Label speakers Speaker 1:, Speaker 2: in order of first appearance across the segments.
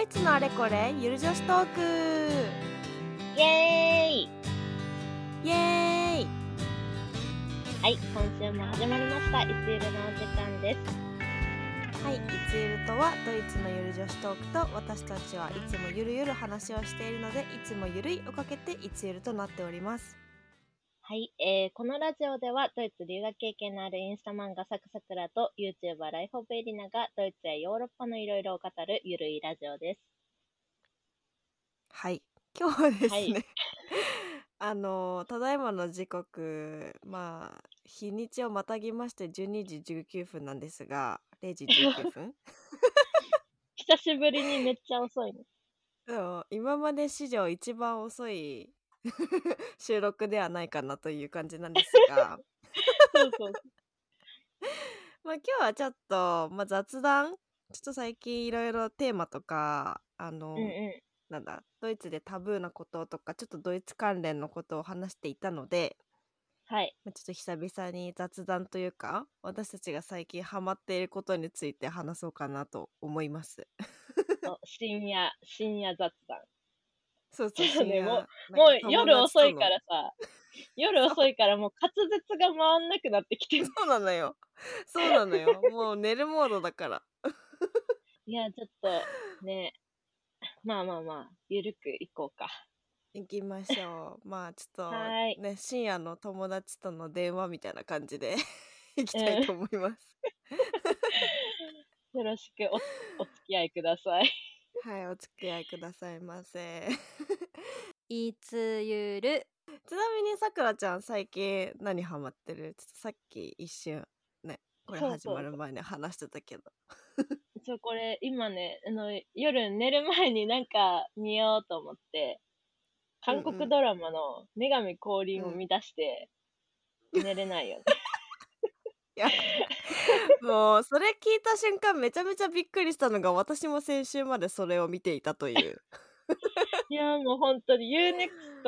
Speaker 1: イツのあれこれゆる女子トーク
Speaker 2: イエーイ
Speaker 1: イエーイ
Speaker 2: はい、今週も始まりました。いつゆるのお時間です。
Speaker 1: はい、いつゆるとはドイツのゆる女子トークと私たちはいつもゆるゆる話をしているのでいつもゆるいをかけていつゆるとなっております
Speaker 2: はい、えー、このラジオではドイツ留学経験のあるインスタ漫画サクサクラと YouTuber ライフオブエリナがドイツやヨーロッパのいろいろを語るゆるいラジオです。
Speaker 1: はい、今日はですね、
Speaker 2: はい
Speaker 1: あのただいまの時刻まあ日にちをまたぎまして12時19分なんですが0時19分
Speaker 2: 久しぶりにめっちゃ遅いね。
Speaker 1: そう今まで史上一番遅い 収録ではないかなという感じなんですが
Speaker 2: そうそう。
Speaker 1: まあ今日はちょっと、まあ、雑談ちょっと最近いろいろテーマとかあの、
Speaker 2: うんう
Speaker 1: なんだドイツでタブーなこととかちょっとドイツ関連のことを話していたので、
Speaker 2: ん。 はい。
Speaker 1: まあ、ちょっと久々に雑談というか私たちが最近ハマっていることについて話そうかなと思います。
Speaker 2: そう深夜、深夜雑談。
Speaker 1: そうそう
Speaker 2: そう
Speaker 1: 深
Speaker 2: ね
Speaker 1: 夜
Speaker 2: もう
Speaker 1: なんか
Speaker 2: もう
Speaker 1: 友
Speaker 2: 夜
Speaker 1: 達と
Speaker 2: 遅い
Speaker 1: の
Speaker 2: からさ、夜遅いからもう滑舌が回んなくなってきてる。
Speaker 1: そうなのよ。そうなのよ。もう寝るモードだから。
Speaker 2: いや、ちょっとね、まあまあまあ、ゆるくいこうか。
Speaker 1: 行きましょう。まあちょっ
Speaker 2: はー
Speaker 1: とね深夜の友達との電話みたいな感じで 行きたいと思います。
Speaker 2: よろしくおお付き合いください。
Speaker 1: はい、お付き合いくださいませ。
Speaker 3: いつゆる
Speaker 1: ちなみにさくらちゃん最近何ハマってる？ちょっとさっき一瞬ねこれ
Speaker 2: そう
Speaker 1: 始
Speaker 2: そう
Speaker 1: まる前に話してたけど。
Speaker 2: そう、これ今ね、あの夜寝る前になんか見ようと思って、韓
Speaker 1: うんう
Speaker 2: 国
Speaker 1: ん
Speaker 2: ドラマの女神降臨を見出して、寝れないよね。
Speaker 1: いや もうそれ聞いた瞬間めちゃめちゃびっくりしたのが私も先週までそれを見ていたと いう。
Speaker 2: いや、もう本当に UNEXT、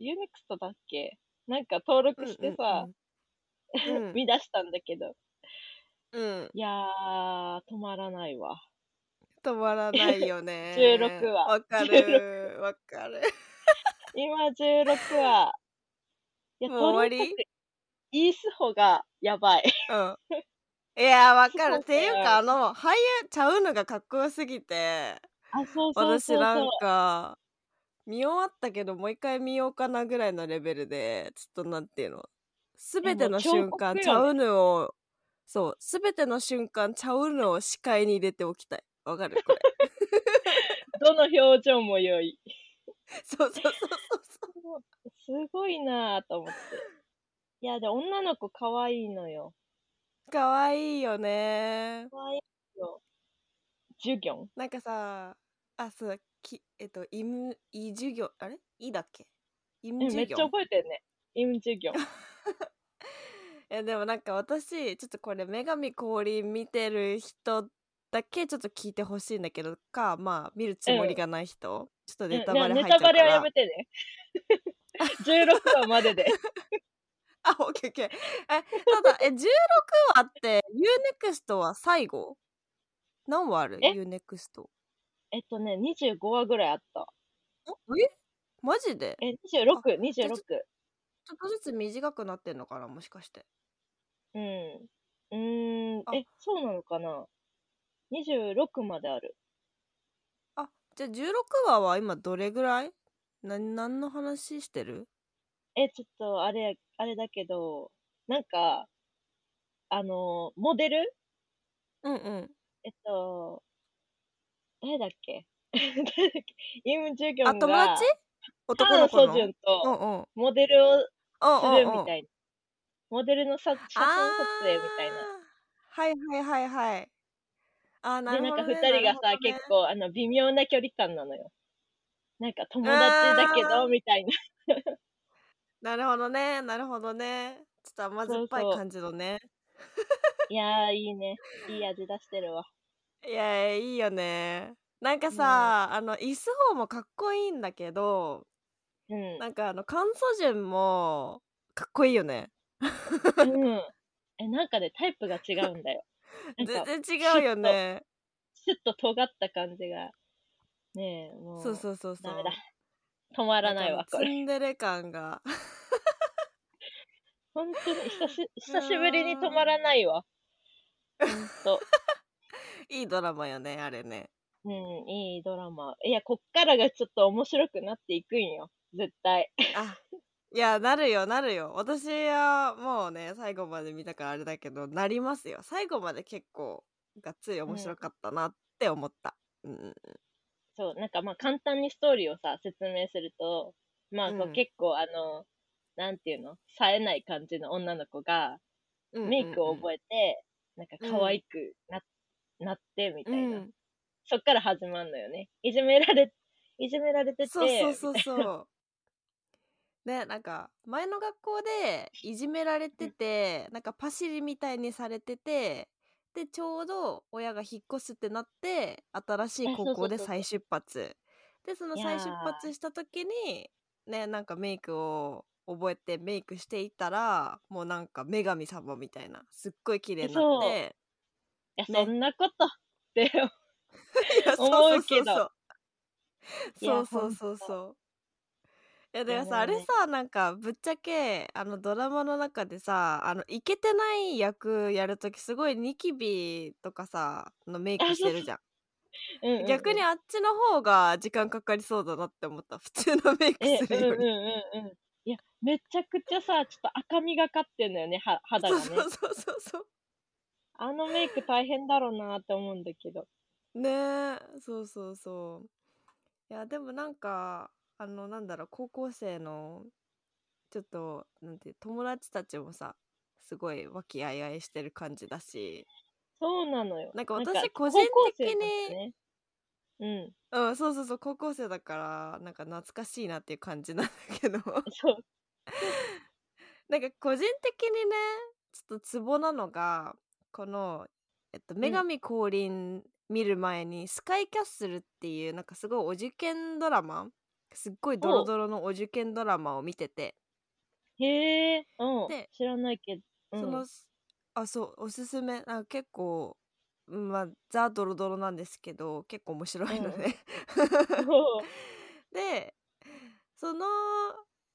Speaker 2: UNEXT だっけなんか登録してさ、
Speaker 1: うんうんうん、
Speaker 2: 見出したんだけど、
Speaker 1: うん、うん
Speaker 2: いやー、止まらないわ。
Speaker 1: 止まらないよ ね
Speaker 2: 16話
Speaker 1: わかるわかる
Speaker 2: 今16話。いや、
Speaker 1: もう終わり
Speaker 2: とにかくイースホがやばい。
Speaker 1: うんいやわかる
Speaker 2: そう
Speaker 1: っていうかあの俳優ちゃうのがかっこよすぎて
Speaker 2: あ、そうそう
Speaker 1: 私
Speaker 2: そう
Speaker 1: な
Speaker 2: そ
Speaker 1: ん
Speaker 2: う。
Speaker 1: か見終わったけどもう一回見ようかなぐらいのレベルでちょっとなんていうのすべての瞬間、
Speaker 2: い
Speaker 1: チ
Speaker 2: や
Speaker 1: ャ
Speaker 2: も
Speaker 1: ウヌをそうすべての瞬間チャウヌを視界に入れておきたいわかる これ
Speaker 2: どの表情も良い。
Speaker 1: そうそうそうそうそう
Speaker 2: すごいなぁと思って。いや、で、女の子可愛いのよ。
Speaker 1: かわいいよね
Speaker 2: 可愛いよ。ジュギョン
Speaker 1: なんかさ、あ、そう、き、えっと、イム、イ授業、あれイだっけイム
Speaker 2: えめ
Speaker 1: 授
Speaker 2: っちゃ
Speaker 1: 業。
Speaker 2: 覚えてるね。イムジュギョ ン。
Speaker 1: え、でもなんか私、ちょっとこれ、女神降臨見てる人だけちょっと聞いてほしいんだけど、か、まあ、見るつもりがない人、ちょっとネタバ
Speaker 2: うん
Speaker 1: レ
Speaker 2: ね
Speaker 1: 入
Speaker 2: ネ
Speaker 1: っちゃう
Speaker 2: タ
Speaker 1: か
Speaker 2: バレは
Speaker 1: ら。
Speaker 2: やめてね。16話ま でで。
Speaker 1: あ、オッケーオッケー。え、ただ、え、16話って、UNEXT は最後何話ある
Speaker 2: え
Speaker 1: ?UNEXT。
Speaker 2: えっとね、25話ぐらいあった。
Speaker 1: おえマジで
Speaker 2: え、26、26。
Speaker 1: ちょっとずつ短くなってんのかなもしかして。
Speaker 2: うん。うーん
Speaker 1: あ。
Speaker 2: え、そうなのかな ?26 まである。
Speaker 1: あじゃあ16話は今どれぐらい何何の話してる
Speaker 2: え、ちょっと、あれ、あれだけど、なんか、あの、モデル
Speaker 1: うんうん
Speaker 2: えっと、誰だっけ 誰だっけイム・ジュギョ
Speaker 1: あ
Speaker 2: ン
Speaker 1: 友
Speaker 2: が、
Speaker 1: 達男
Speaker 2: ハ
Speaker 1: の
Speaker 2: ン・
Speaker 1: 子
Speaker 2: ソ
Speaker 1: の
Speaker 2: ジュン
Speaker 1: う
Speaker 2: と
Speaker 1: んうん
Speaker 2: モデルをす
Speaker 1: うん
Speaker 2: る
Speaker 1: うんう
Speaker 2: み
Speaker 1: ん
Speaker 2: たいな。モデルのさ写真撮影みたいな。
Speaker 1: あーはいはいはいはいあーな
Speaker 2: で、
Speaker 1: る
Speaker 2: なん
Speaker 1: ほ
Speaker 2: か
Speaker 1: ど、
Speaker 2: 二
Speaker 1: ね、
Speaker 2: 人がさ、
Speaker 1: なるほどね
Speaker 2: 結構、あの、微妙な距離感なのよ。なんか、友達だけ
Speaker 1: あ
Speaker 2: ど、
Speaker 1: ー
Speaker 2: みたいな。
Speaker 1: なるほどねなるほどねちょっと甘酸っぱい
Speaker 2: そうそう
Speaker 1: 感じのね
Speaker 2: いやー、いいね。いい味出してるわ。
Speaker 1: いやいいよねなんかさ、あのイスホーもかっこいいんだけど
Speaker 2: うん。
Speaker 1: なんかあのカンソジュンもかっこいいよね
Speaker 2: うん。え、なんかね、タイプが違うんだよ。なんか、
Speaker 1: 全然違うよね
Speaker 2: シュッと尖った感じがねえ、もう。
Speaker 1: そうそうそうそう
Speaker 2: ダメだ。止まらないわ、こ
Speaker 1: ツ
Speaker 2: れ。
Speaker 1: ンデレ感が
Speaker 2: 本当に久し、久しぶりに止まらないわ。ほんと。
Speaker 1: いいドラマよねあれね
Speaker 2: うん、いいドラマ。いや、こっからがちょっと面白くなっていくんよ。絶対。
Speaker 1: あいやなるよなるよ私はもうね最後まで見たからあれだけどなりますよ最後まで結構がっつり面白かったなって思った、うんうん、
Speaker 2: そう、なんかまあ簡単にストーリーをさ、説明すると、まあこう
Speaker 1: うん
Speaker 2: 結構あの、なんていうの冴えない感じの女の子が、
Speaker 1: うんうんうん
Speaker 2: メイクを覚えて、なんか可愛くな,、なってみたいな、
Speaker 1: うん
Speaker 2: そっから始まるのよね。いじめられ、いじめられてて、
Speaker 1: そうそうそうそう ねなんか前の学校でいじめられててなんかパシリみたいにされててでちょうど親が引っ越すってなって新しい高校で
Speaker 2: あそうそうそうそう
Speaker 1: 再出発でその
Speaker 2: いやー
Speaker 1: 再出発した時にねなんかメイクを覚えてメイクしていたらもうなんか女神様みたいなすっごい綺麗になって
Speaker 2: いや、
Speaker 1: ね
Speaker 2: そんなことって、
Speaker 1: いや
Speaker 2: 思うけどい
Speaker 1: そ
Speaker 2: や
Speaker 1: うそうそうそうそうそうそういやだから
Speaker 2: いや
Speaker 1: さあ
Speaker 2: もう
Speaker 1: れ
Speaker 2: ね
Speaker 1: さなんかぶっちゃけあのドラマの中でさあのイケてない役やるときすごいニキビとかさのメイクしてるじゃん
Speaker 2: うんうんうん
Speaker 1: 逆にあっちの方が時間かかりそうだなって思った普通のメイク
Speaker 2: え、
Speaker 1: す
Speaker 2: うん
Speaker 1: るよ
Speaker 2: うん
Speaker 1: り、
Speaker 2: うんうん。いや、めちゃくちゃさ、ちょっと赤みがかってんのよね、は肌
Speaker 1: そう
Speaker 2: が
Speaker 1: そう
Speaker 2: ね。
Speaker 1: そうそうそう
Speaker 2: あのメイク大変だろうなって思うんだけど。
Speaker 1: ねえそうそうそういやでもなんかあのなんだろう高校生のちょっとなんて友達たちもさすごい和気あいあいしてる感じだし
Speaker 2: そうなのよ。
Speaker 1: なんか私個人的に
Speaker 2: 高校生だしねうん。
Speaker 1: うんそうそうそう高校生だからなんか懐かしいなっていう感じなんだけど
Speaker 2: そう。
Speaker 1: なんか個人的にねちょっとツボなのがこの、えっと「女神降臨」見る前に「スカイキャッスル」っていうなんかすごいお受験ドラマすっごいドロドロのお受験ドラマを見てて、
Speaker 2: へえ、うん
Speaker 1: で。
Speaker 2: 知らないけど。うん、
Speaker 1: そのあそうおすすめなんか結構うんまあザ・ドロドロなんですけど結構面白いのね、
Speaker 2: そう
Speaker 1: でその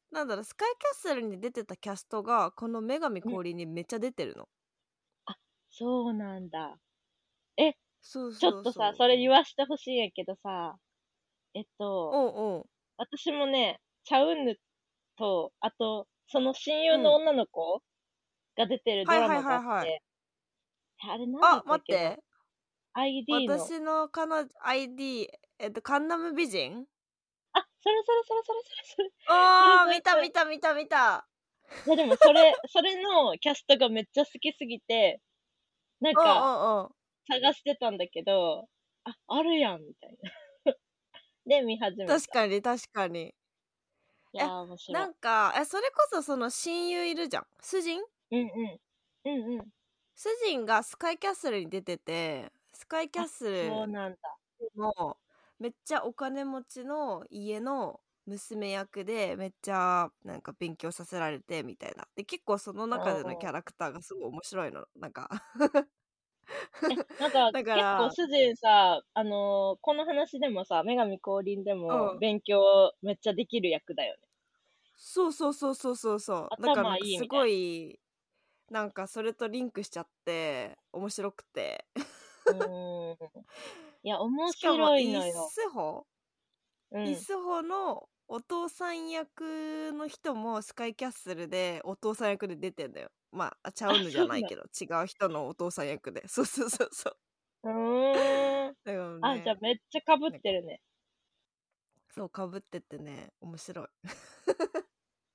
Speaker 1: なんだろうスカイキャッスルに出てたキャストがこの「女神降臨」にめっちゃ出てるの。
Speaker 2: そうなんだ。
Speaker 1: そうそう
Speaker 2: ち
Speaker 1: そう
Speaker 2: ょっとさ、それ言わしてほしいんやけどさ、えっと、
Speaker 1: おうおう
Speaker 2: 私もね、チャウンヌと、あと、その親友の女の子が出てるドラマ
Speaker 1: はいはい
Speaker 2: があっ
Speaker 1: はいは
Speaker 2: て、あれなんだ
Speaker 1: あ
Speaker 2: ったっ
Speaker 1: 待っ
Speaker 2: けな
Speaker 1: て
Speaker 2: ?ID の。
Speaker 1: 私の彼女 ID えっとカンナム美人
Speaker 2: あ、それそれそれそれそれ
Speaker 1: あ
Speaker 2: そ
Speaker 1: ー
Speaker 2: れ
Speaker 1: 見た
Speaker 2: それ
Speaker 1: 見た見た見た
Speaker 2: それ。いやでもそれ、それのキャストがめっちゃ好きすぎて、なん
Speaker 1: おう
Speaker 2: か、
Speaker 1: おうおう
Speaker 2: 探してたんだけど、あ、あるやん、みたいな。 で、見始めた。
Speaker 1: 確かに確かに
Speaker 2: いやー、面白い
Speaker 1: な。んかえそれこそその親友いるじゃん主人
Speaker 2: うんうん。うんうん。
Speaker 1: 主人がスカイキャッスルに出ててスカイキャッスル
Speaker 2: そうなんだ。
Speaker 1: のめっちゃお金持ちの家の娘役でめっちゃなんか勉強させられてみたいなで結構その中での
Speaker 2: おー
Speaker 1: キャラクターがすごい面白いのなんか
Speaker 2: なん
Speaker 1: だ
Speaker 2: か、結
Speaker 1: から
Speaker 2: 構主人さ、あのーこの話でもさ、女神降臨で
Speaker 1: う
Speaker 2: も
Speaker 1: ん
Speaker 2: 勉強めっちゃできる役だよね。
Speaker 1: そうそうそうそうそうそうだ
Speaker 2: 頭
Speaker 1: からなんか
Speaker 2: いい
Speaker 1: す
Speaker 2: みたいな
Speaker 1: ごいなんかそれとリンクしちゃって面白くて
Speaker 2: うーん。いや、面
Speaker 1: しかも
Speaker 2: 白い
Speaker 1: イ
Speaker 2: の
Speaker 1: ス
Speaker 2: よ。
Speaker 1: ホ
Speaker 2: う
Speaker 1: イ
Speaker 2: ん。
Speaker 1: スホのお父さん役の人もスカイキャッスルでお父さん役で出てんだよまあちゃうのじゃないけど違う人のお父さん役でそうそうそうそう
Speaker 2: うーん。
Speaker 1: だからね
Speaker 2: あ、じゃあめっちゃ被ってるね。
Speaker 1: そうかぶっててね面白い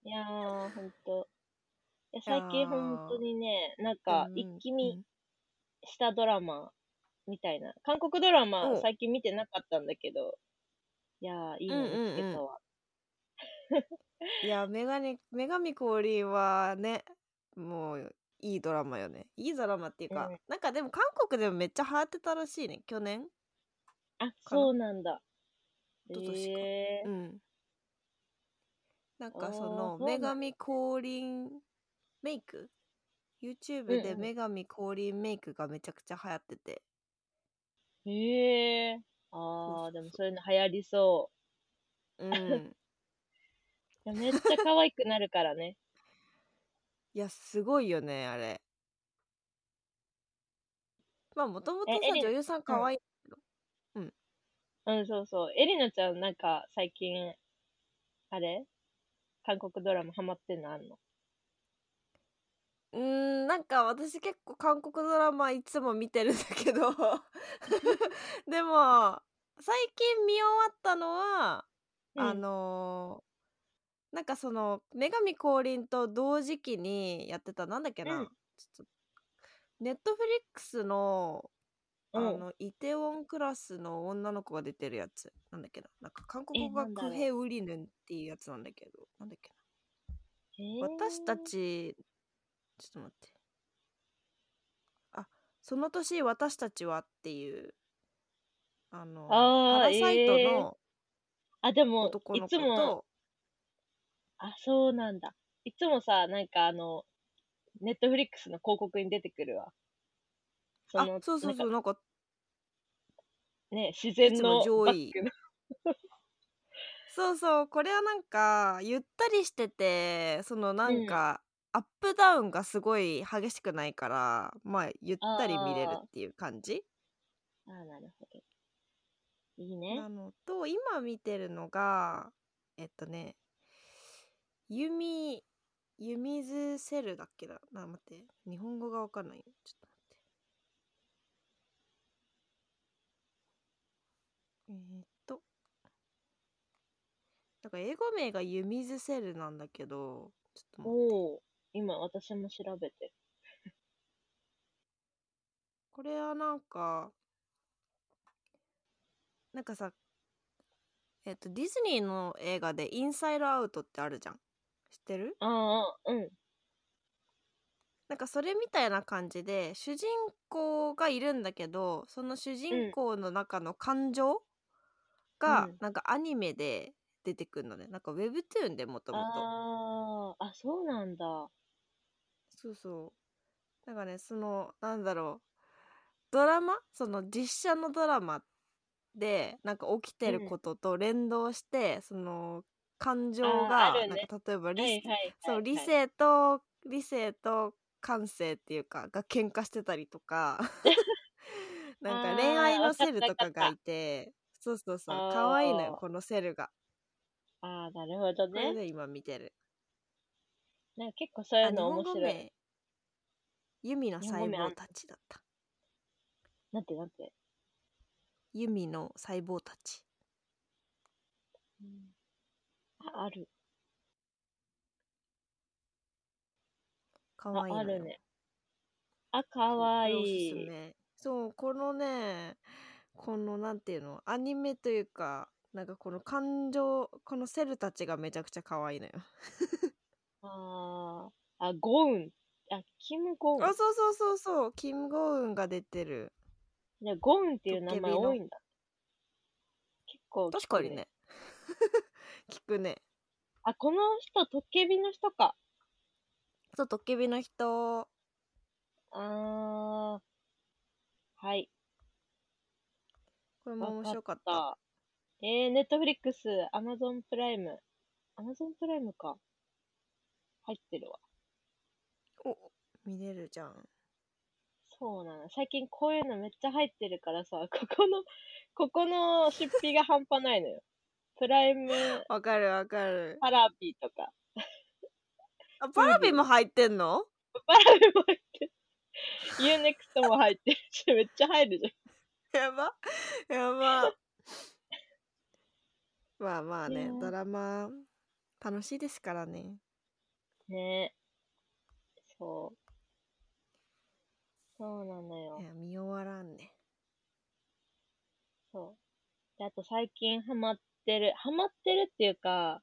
Speaker 2: いやー、ほんと。いや
Speaker 1: いやー
Speaker 2: 最近ほんとにね、なんか
Speaker 1: うん
Speaker 2: 一気見したドラマみたいな。韓国ドラマ
Speaker 1: お
Speaker 2: 最近見てなかったんだけど、いやー、いいの見つけた
Speaker 1: う
Speaker 2: わ。
Speaker 1: んいや女神女神降臨はねもういいドラマよねいいドラマっていうか、
Speaker 2: うん
Speaker 1: なんかでも韓国でもめっちゃ流行ってたらしいね去年
Speaker 2: あ、そうなんだ。
Speaker 1: 一昨年か
Speaker 2: えー
Speaker 1: うんなんかそ
Speaker 2: あー
Speaker 1: の
Speaker 2: そうな
Speaker 1: 女
Speaker 2: んだ
Speaker 1: 神降臨メイク YouTube で
Speaker 2: うんうん
Speaker 1: 女神降臨メイクがめちゃくちゃ流行ってて、
Speaker 2: へえあ
Speaker 1: そうそうそ
Speaker 2: あ、
Speaker 1: う
Speaker 2: でもそういうの流行りそ
Speaker 1: うん、
Speaker 2: う。いやめっちゃ可愛くなるからね。
Speaker 1: いやすごいよねあれまあもともと
Speaker 2: え
Speaker 1: さ
Speaker 2: エリ
Speaker 1: 女優さん可愛い、
Speaker 2: うん、そうそう。エリナちゃん、なんか、最近、あれ韓国ドラマハマってんのあんの
Speaker 1: うーんなんか私結構韓国ドラマいつも見てるんだけ どでも最近見終わったのは、あ、のーなんかその「女神降臨」と同時期にやってたなんだっけな、
Speaker 2: うん
Speaker 1: ちょっとネットフリックスのあ
Speaker 2: うん
Speaker 1: のイテウォンクラスの女の子が出てるやつなんだっけななんか韓国語
Speaker 2: えな
Speaker 1: が
Speaker 2: んだろう
Speaker 1: クヘウリヌンっていうやつなんだけどなんだっけな
Speaker 2: へー
Speaker 1: 私たちちょっと待ってあその年私たちはっていうあの
Speaker 2: あー
Speaker 1: パラサイト
Speaker 2: えー
Speaker 1: の
Speaker 2: あ、でも、
Speaker 1: 男
Speaker 2: い
Speaker 1: の子
Speaker 2: つも、
Speaker 1: と、
Speaker 2: あ、そうなんだ。いつもさ、なんかあの、ネットフリックスの広告に出てくるわ。そ
Speaker 1: あ
Speaker 2: の
Speaker 1: そうそうそう
Speaker 2: なんか
Speaker 1: なんか
Speaker 2: ね、自然
Speaker 1: いつ
Speaker 2: の
Speaker 1: も上位
Speaker 2: バックの
Speaker 1: そうそうこれはなんかゆったりしててそのなんか、アップダウンがすごい激しくないからまあゆったり見れるっていう感じ
Speaker 2: あーなるほど。いいね
Speaker 1: な。のと今見てるのがえっとね弓弓ズセルだっけなな待って日本語がわかんないよちょっと待ってえーっとだから英語名が弓ズセルなんだけどちょっと待って
Speaker 2: おお、今私も調べてる。
Speaker 1: これはなんかなんかさえっとディズニーの映画で「インサイドアウト」ってあるじゃん知ってる
Speaker 2: ああ、うん。
Speaker 1: なんかそれみたいな感じで主人公がいるんだけどその主人公の中の感情が
Speaker 2: うん
Speaker 1: なんかアニメで出てくるのね、なんか Webtoon でもともと
Speaker 2: ああ、あ、そうなんだ。
Speaker 1: そうそうなんかねそのなんだろうドラマその実写のドラマでなんか起きて
Speaker 2: うん
Speaker 1: ることと連動して、その感情
Speaker 2: あーあ
Speaker 1: が、
Speaker 2: る
Speaker 1: な
Speaker 2: ね
Speaker 1: んか例えば
Speaker 2: はい
Speaker 1: 理,、
Speaker 2: はいはい。
Speaker 1: そう理
Speaker 2: はい
Speaker 1: 性と理性と感性っていうかが喧嘩してたりと かなんか恋愛
Speaker 2: あー
Speaker 1: の
Speaker 2: わかった
Speaker 1: セルとかがいてそうそうそう
Speaker 2: あー
Speaker 1: 可愛いのよこのセルが
Speaker 2: ああ、なるほど
Speaker 1: これ
Speaker 2: ね。
Speaker 1: で今見てる、
Speaker 2: なんか結構そうい
Speaker 1: あ
Speaker 2: う
Speaker 1: 日
Speaker 2: の
Speaker 1: 本
Speaker 2: 面
Speaker 1: 語
Speaker 2: 白い。
Speaker 1: 名ユミの
Speaker 2: 日本語
Speaker 1: 細
Speaker 2: 名あんの
Speaker 1: 胞たちだった
Speaker 2: なんてなんて。
Speaker 1: ユミの細胞たち
Speaker 2: うんあある。
Speaker 1: 可
Speaker 2: あ
Speaker 1: 愛い
Speaker 2: あ
Speaker 1: のよ
Speaker 2: るね。あ、かわい
Speaker 1: そうこれおす
Speaker 2: い
Speaker 1: す。めそうこのねこのなんていうのアニメというかなんかこの感情このセルたちがめちゃくちゃ可愛いのよ
Speaker 2: あーあ、ゴウン。あ、キム・ゴウ
Speaker 1: あそうそうそうそうキム・ゴウンが出てる
Speaker 2: ン。ね、ゴウンっていう名
Speaker 1: ドッキ
Speaker 2: 前
Speaker 1: リの
Speaker 2: 多いんだ。結構、
Speaker 1: 確かに。ね 聞くね
Speaker 2: あ、この人、トッケビの人か。
Speaker 1: そうトッケビの人
Speaker 2: あー。はい。
Speaker 1: これも面白かった
Speaker 2: わかった。えー、ネットフリックス、アマゾンプライム。アマゾンプライムか。入ってるわ。
Speaker 1: お見れるじゃん
Speaker 2: そうなの。最近こういうのめっちゃ入ってるからさ、 ここの、ここの出費が半端ないのよ。プライム
Speaker 1: わかるわかる
Speaker 2: パラビとか。
Speaker 1: あパラビも入ってんの
Speaker 2: パラビも入ってる。ユーネクストも入ってるし、めっちゃ入るじゃん。
Speaker 1: やばやば まあまあ
Speaker 2: い
Speaker 1: ね
Speaker 2: やー
Speaker 1: ドラマ楽しいですからね
Speaker 2: ねえ。そう。そうなのよ
Speaker 1: い。や見終わらんね
Speaker 2: そう。で、あと最近ハマってる、ハマってるっていうか、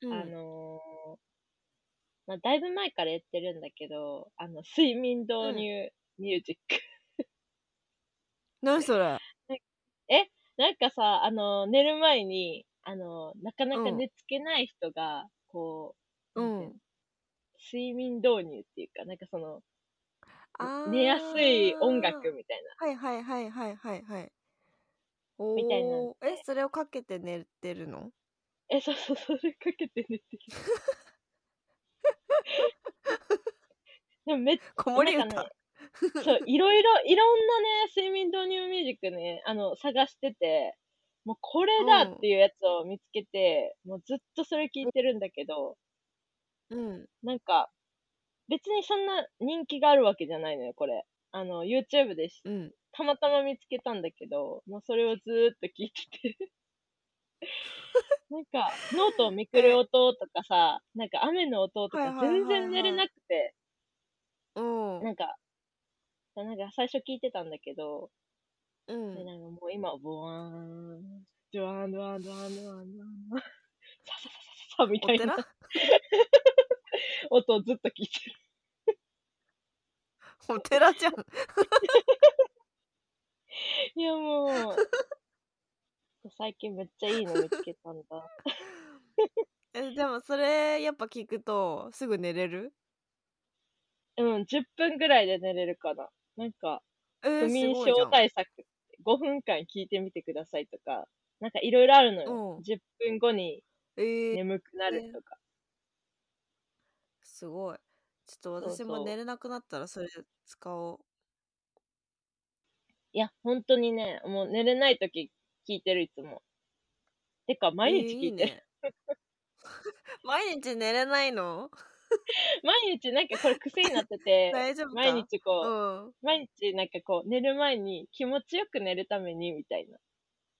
Speaker 1: うん
Speaker 2: あのーまあ、だいぶ前から言ってるんだけど、あの、睡眠導入ミュージック。
Speaker 1: 何それ
Speaker 2: なんかさ、あの、寝る前に、あの、なかなか
Speaker 1: うん
Speaker 2: 寝つけない人が、こ
Speaker 1: う
Speaker 2: う、なんてい
Speaker 1: ん
Speaker 2: の睡眠導入っていうか、なんかその、
Speaker 1: あー
Speaker 2: 寝やすい音楽みたいな。
Speaker 1: はいはいはいはいはいはいおー
Speaker 2: みたいなん
Speaker 1: えそれをかけて寝てる の
Speaker 2: え、そうそう、それかけて寝 てる。でもめっち
Speaker 1: 子守
Speaker 2: なんか
Speaker 1: 歌
Speaker 2: ねゃ、いろいろ、いろんなね、睡眠導入ミュージックね、あの、探してて、もうこれだっていうやつを見つけて、もうずっとそれ聞いてるんだけど、
Speaker 1: うん
Speaker 2: なんか、別にそんな人気があるわけじゃないのよ、これ。あの、YouTube でし
Speaker 1: うん
Speaker 2: たまたま見つけたんだけど、もうそれをずーっと聞いてて。 なんか、ノートをめくる音とかさ、なんか雨の音と
Speaker 1: はい
Speaker 2: か
Speaker 1: はいはいはい
Speaker 2: 全然寝れなくて、
Speaker 1: うん
Speaker 2: なんか、なんか最初聞いてたんだけど、
Speaker 1: う
Speaker 2: で
Speaker 1: ん
Speaker 2: なんかもう今、ボワーン、ドワンドワンドワンドワンドワン ドワン、ササササササみ
Speaker 1: お
Speaker 2: たいな
Speaker 1: 寺
Speaker 2: 音をずっと聞いてる。
Speaker 1: お寺じゃん
Speaker 2: いやもう、最近めっちゃいいの見つけたん だ。
Speaker 1: えでもそれやっぱ聞くとすぐ寝れる
Speaker 2: うん、10分ぐらいで寝れるかな。なんか、
Speaker 1: えー、
Speaker 2: 不眠
Speaker 1: すごいじゃ
Speaker 2: 症
Speaker 1: ん
Speaker 2: 対策5分間聞いてみてくださいとか、なんかいろいろあるの
Speaker 1: うん
Speaker 2: よ。10分後に
Speaker 1: えー
Speaker 2: 眠くなるとか。
Speaker 1: すごいちょっと
Speaker 2: そう
Speaker 1: 私
Speaker 2: そう
Speaker 1: も寝れなくなったらそれ使おう
Speaker 2: いや、本当にね、もう寝れない時聞いてるいつも。てか、毎日聞い
Speaker 1: え
Speaker 2: てる。
Speaker 1: ーいいね 毎日寝れない の
Speaker 2: 毎日なんかこれ癖になって て、
Speaker 1: 大丈夫か
Speaker 2: 毎日
Speaker 1: う
Speaker 2: こ
Speaker 1: ん
Speaker 2: う、毎日なんかこう、寝る前に気持ちよく寝るためにみたいな。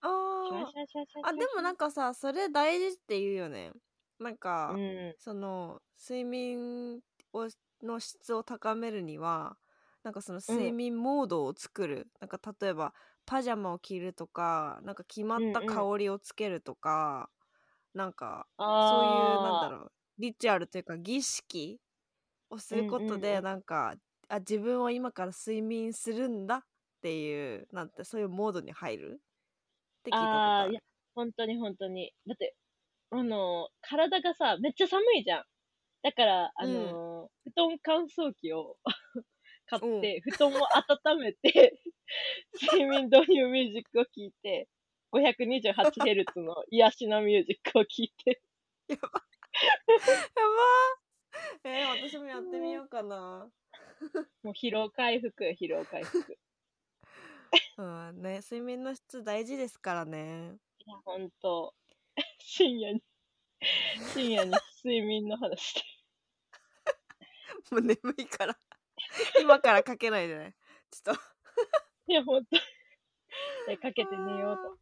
Speaker 1: あ
Speaker 2: シ
Speaker 1: ー
Speaker 2: ャンシャンシャンシャンシャン
Speaker 1: あでもなんかさそれ大事って言うよねなんか、
Speaker 2: うん。
Speaker 1: その睡眠をの質を高めるにはなんかその睡眠モードを作る、なんか例えばパジャマを着るとかなんか決まった
Speaker 2: うんうん
Speaker 1: 香りをつけるとか、なんかそういうなんだ
Speaker 2: ああ。
Speaker 1: ろうリチュアルというか儀式をすること
Speaker 2: うんうん
Speaker 1: で、
Speaker 2: うん
Speaker 1: なんかあ自分は今から睡眠するんだっていうなんてそういうモードに入るって聞いたこと
Speaker 2: あ
Speaker 1: あ
Speaker 2: あー、い
Speaker 1: る
Speaker 2: や、本当に本当に。だって、あのー、体がさ、めっちゃ寒いじゃん。だから、あのー、布団乾燥機を 買って、布団を温めて、 睡眠導入ミュージックを聴いて、528Hz の癒しのミュージックを聴いて、
Speaker 1: やばーえー私もやってみようかな。
Speaker 2: もう疲労回復よ、疲労回復。い
Speaker 1: うんね、睡眠の質大事ですからね。
Speaker 2: や、ほんと、深夜に、深夜に睡眠の話して。
Speaker 1: もう眠いから。 今からかけないでね。ちょっと。
Speaker 2: いや、ほんと、でかけて寝よう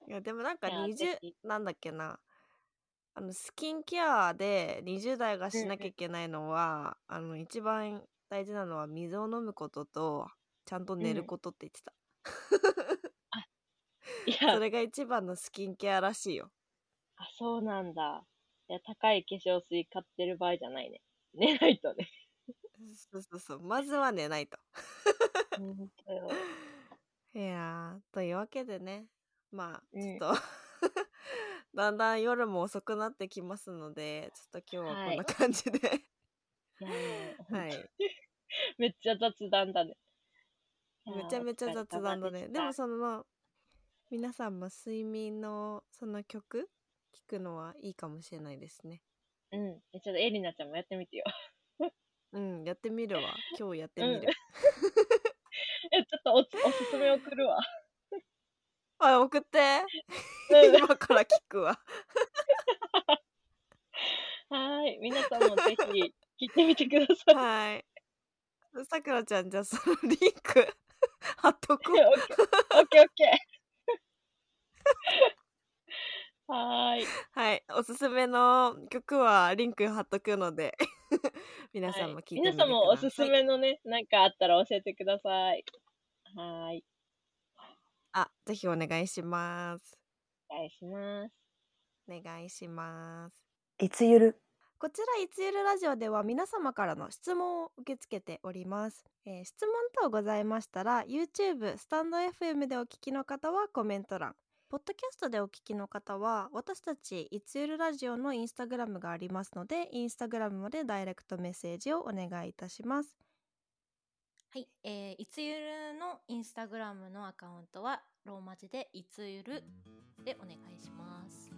Speaker 2: と。
Speaker 1: いや、でもなんか
Speaker 2: いやぜひ
Speaker 1: 20、なんだっけな。あの、スキンケアで20代がしなきゃいけないのは、あの、一番大事なのは水を飲むことと、ちゃんと寝ることって言ってた。
Speaker 2: いや
Speaker 1: そ、れが一番のスキンケアらしいよ。
Speaker 2: あ、そうなんだ。いや、高い化粧水買ってる場合じゃないね。寝ない とね。
Speaker 1: そうそうそう。まずは寝ないと。
Speaker 2: 本当よ
Speaker 1: いやーというわけでねまあ
Speaker 2: うん
Speaker 1: ちょっと、 だんだん夜も遅くなってきますのでちょっと今日はこんな感じで
Speaker 2: いやもう
Speaker 1: はい、
Speaker 2: めっちゃ雑談だね。
Speaker 1: めちゃめちゃ雑談だねでも
Speaker 2: も
Speaker 1: その皆さんも睡眠のその曲聞くのはいいかもしれないですね
Speaker 2: うん。えちょっとエリナちゃんもやってみてよ。
Speaker 1: うんやってみるわ今日やってみる、
Speaker 2: うんえ、ちょっとおつおすすめ送 るわ。
Speaker 1: あ送って
Speaker 2: うん
Speaker 1: 今から聞くわ
Speaker 2: はーい。皆さんもぜひ聞いてみてください。
Speaker 1: はいさくらちゃんじゃあそのリンク 貼っとこ
Speaker 2: オ
Speaker 1: う
Speaker 2: ッケーオッケーオッケー。 はーい。
Speaker 1: はい、おすすめの曲はリンク貼っとくので 皆さんも聞いてみて
Speaker 2: 皆
Speaker 1: くだ
Speaker 2: さ
Speaker 1: さい。
Speaker 2: んもおすすめのね、なんかあったら教えてください。はーい。
Speaker 1: あ、ぜひお願いします。
Speaker 2: お願いします。
Speaker 1: お願いします。
Speaker 3: いつゆる
Speaker 1: こちらいつゆるラジオでは皆様からの質問を受け付けております、えー質問等ございましたら YouTube スタンド FM でお聞きの方はコメント欄ポッドキャストでお聞きの方は私たちいつゆるラジオのインスタグラムがありますのでインスタグラムまでダイレクトメッセージをお願いいたします
Speaker 3: はい、えー、いつゆるのインスタグラムのアカウントはローマ字でいつゆるでお願いします。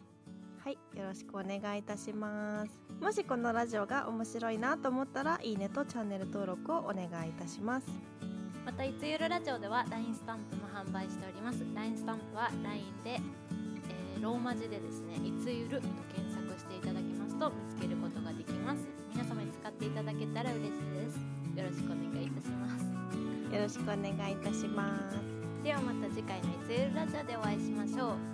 Speaker 1: はい、よろしくお願いいたします。もしこのラジオが面白いなと思ったら、いいねとチャンネル登録をお願いいたします。
Speaker 3: また、いつゆるラジオでは LINE スタンプも販売しております。LINE スタンプは LINE で、えーローマ字でですね、いつゆると検索していただきますと見つけることができます。皆様に使っていただけたら嬉しいです。よろしくお願いいたします。
Speaker 1: よろしくお願いいたします。
Speaker 3: ではまた次回のいつゆるラジオでお会いしましょう。